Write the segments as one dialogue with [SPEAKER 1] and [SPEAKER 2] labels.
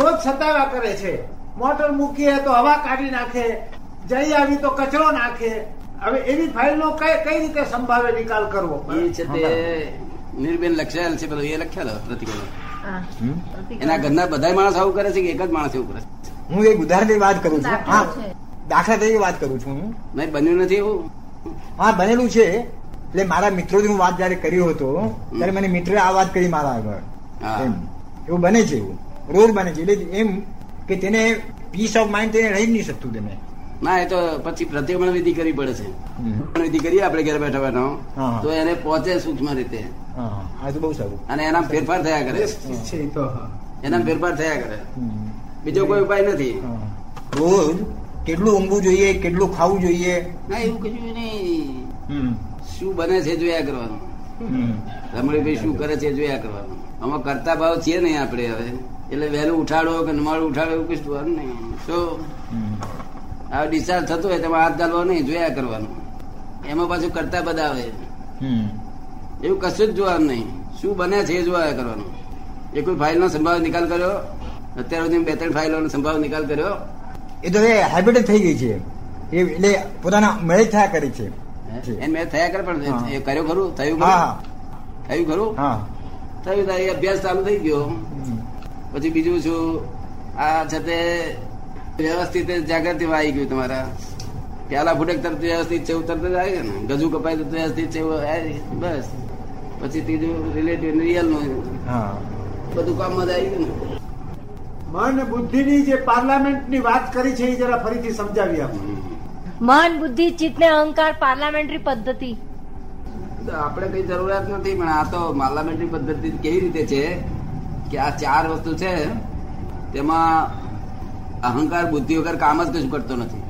[SPEAKER 1] રોજ સતાવા કરે છે મોટર મૂકીએ તો હવા કાઢી નાખે જઈ આવી તો કચરો નાખે હવે એવી ફાઇલનો કઈ કઈ રીતે સંભાવે નિકાલ કરવો
[SPEAKER 2] એ છે તે નિર્બેન લક્ષાયેલ છે પેલો એ લખેલો પ્રતિકોળ
[SPEAKER 3] હા.
[SPEAKER 4] હમ?
[SPEAKER 2] એના ઘરના બધા માણસ આવું કરે છે કે એક જ માણસ એવું કરે છે
[SPEAKER 4] હું એક ઉદાહરણ તરીકે વાત કરું છું
[SPEAKER 3] દાખલો
[SPEAKER 4] હા
[SPEAKER 3] છે.
[SPEAKER 4] દાખલા તરીકે વાત કરું છું હું
[SPEAKER 2] નહીં બન્યું નથી એવું
[SPEAKER 4] હા બનેલું છે એટલે મારા મિત્રોની હું વાત જયારે કર્યો હતો ત્યારે મને મિત્રોએ આ વાત કરી મારા
[SPEAKER 2] હા.
[SPEAKER 4] આગળ એમ એવું બને છે એવું રોજ બને છે એટલે એમ કે તેને પીસ ઓફ માઇન્ડ તેને રહી જ નહીં શકતું તેને
[SPEAKER 2] ના એ તો પછી પ્રતિક્રમણ વિધિ કરવી પડે છે
[SPEAKER 4] હમ.
[SPEAKER 2] પ્રતિક્રમણ વિધિ કરીએ આપણે ઘરે બેઠા
[SPEAKER 4] હા,
[SPEAKER 2] બેઠા
[SPEAKER 4] હા.
[SPEAKER 2] તો એને પહોંચે સૂક્ષ્મ રીતે
[SPEAKER 4] હા આ તો બહુ સારું
[SPEAKER 2] અને એના ફેરફાર થયા કરે
[SPEAKER 1] નિશ્ચિત છે એ તો હા.
[SPEAKER 2] એના ફેરફાર થયા કરે
[SPEAKER 4] હમ.
[SPEAKER 2] બીજો કોઈ ઉપાય નથી
[SPEAKER 4] હા. રોજ કેટલું ઊંઘવું જોઈએ કેટલું ખાવું જોઈએ
[SPEAKER 2] ના એવું કશું નહીં
[SPEAKER 4] હમ.
[SPEAKER 2] શું બને છે જોયા કરવાનું
[SPEAKER 4] હમ.
[SPEAKER 2] રમણીભાઈ શું કરે છે જોયા કરવાનું આમાં કરતા ભાવ છીએ નહીં આપણે હવે એટલે વહેલું ઉઠાડો કે નમાડું ઉઠાડો એવું કશું થવાનું નહીં તો
[SPEAKER 4] હમ.
[SPEAKER 2] આ ડિસ્ચાર્જ થતો હોય તેમાં હાથ ગાલવા નહીં જોયા કરવાનું એમાં પાછું કરતા બધા આવે
[SPEAKER 4] હમ.
[SPEAKER 2] એવું કશું જ જોવાનું નહીં શું બને છે એ જોયા કરવાનું એ કોઈ ફાઇલનો સંભાવ નિકાલ કર્યો અત્યાર સુધી બે ત્રણ ફાઇલોનો સંભાવ નિકાલ કર્યો
[SPEAKER 4] એ તો હવે હેબિટ જ થઈ ગઈ છે એ એટલે પોતાના મેળે જ થયા કરે છે
[SPEAKER 2] એને મેં થયા કરે પણ
[SPEAKER 4] હા.
[SPEAKER 2] એ કર્યો ખરું થયું
[SPEAKER 4] હા
[SPEAKER 2] ખરું
[SPEAKER 4] હા
[SPEAKER 2] થયું ખરું
[SPEAKER 4] હા
[SPEAKER 2] થયું થાય એ અભ્યાસ ચાલુ થઈ ગયો
[SPEAKER 4] હમ.
[SPEAKER 2] પછી બીજું શું આ છે તે વ્યવસ્થિત જાગૃતિમાં આવી ગયું તમારા પ્યાલા ફૂટક તરફ વ્યવસ્થિત છે એવું તરત જ આવી ગયું ને ગજુ કપાય તો વ્યવસ્થિત છે એવું આવી ગયું. બસ પછી ત્રીજું રિલેટિવ રિયલ નું
[SPEAKER 4] હા
[SPEAKER 2] બધું કામ મજા આવી ગયું ને
[SPEAKER 1] મન બુદ્ધિની જે પાર્લામેન્ટની વાત કરી છે એ જરા ફરીથી સમજાવી આપો
[SPEAKER 5] મન બુદ્ધિ ચિત્ત ને અહંકાર પાર્લામેન્ટરી પદ્ધતિ
[SPEAKER 2] તો આપણે કઈ જરૂરિયાત નથી પણ આ તો પાર્લામેન્ટરી પદ્ધતિ કેવી રીતે છે કે આ ચાર વસ્તુ છે તેમાં અહંકાર બુદ્ધિ વગર કામ જ કશું કરતો નથી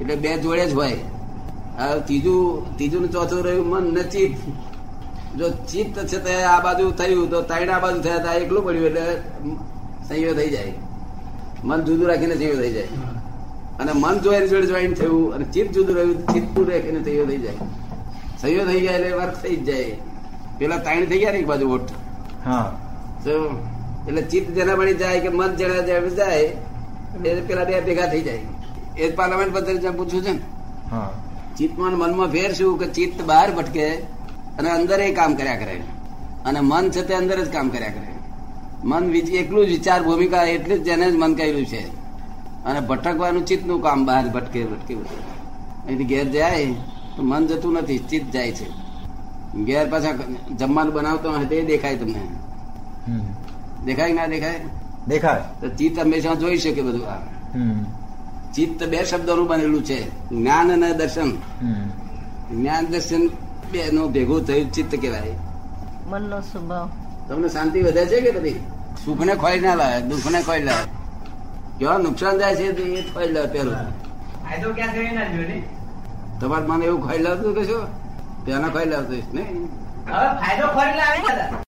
[SPEAKER 2] એટલે બે જોડે જ હોય આ ત્રીજું ત્રીજું ને ચોથું રહ્યું મન ને ચિત્ત જો ચિત્ત છે તે આ બાજુ થયું તો ત્રણ આ બાજુ થયા તો આ એકલું પડ્યું એટલે સંયો થઈ જાય મન જુદું રાખીને સંયો થઈ જાય અને મન જો એની જોડે જોઈન થયું અને ચિત્ત જુદું રહ્યું ચિત્તું રાખીને તૈયો થઈ જાય સહીઓ થઈ જાય એટલે વર્ક થઈ જ જાય પેલા તાણી થઈ ગયા ને એક બાજુ ઓઠ
[SPEAKER 4] હા
[SPEAKER 2] તો એટલે ચિત્ત જેના વળી જાય કે મન જેના જેમ જાય એટલે પેલા બે ભેગા થઈ જાય એ જ પાર્લામેન્ટ પદ્ધતિ પૂછ્યું છે ને
[SPEAKER 4] હા
[SPEAKER 2] ચિત્તમાં અને મનમાં ફેર શું કે ચિત્ત બહાર ભટકે અને અંદર એ કામ કર્યા કરે અને મન છે તે અંદર જ કામ કર્યા કરે મન વિચ- એકલું જ વિચાર ભૂમિકા એટલે જ જેને જ મન કર્યું છે અને ભટકવાનું ચિત્તનું કામ બહાર ભટકે ભટકે ભટકે. અહીંથી ઘેર જાય તો મન જતું નથી ચિત્ત જાય છે ઘેર પાછા જમવાનું બનાવતો હોય તે દેખાય તમને
[SPEAKER 4] હમ.
[SPEAKER 2] દેખાય કે ના દેખાય
[SPEAKER 4] દેખાય
[SPEAKER 2] તો ચિત્ત હંમેશા જોઈ શકે બધું આ
[SPEAKER 4] હમ.
[SPEAKER 2] ચિત્ત બે શબ્દોનું બનેલું છે જ્ઞાન અને દર્શન
[SPEAKER 4] હમ.
[SPEAKER 2] જ્ઞાન દર્શન બે નું ભેગું થયું ચિત્ત કહેવાય
[SPEAKER 5] મનનો સ્વભાવ
[SPEAKER 2] તમને શાંતિ વધે છે કે બધી સુખને ખોઈ ના લાવે દુઃખને ખોઈ લાવે કેવા નુકસાન જાય છે તે એ ખોઈ લાવે પેલું તમારે મને એવું ખોઈ લાવતું કે શું પેલા ખોઈ લાવતું નહીં
[SPEAKER 6] હવે ફાયદો ખોરી લાવે દાદા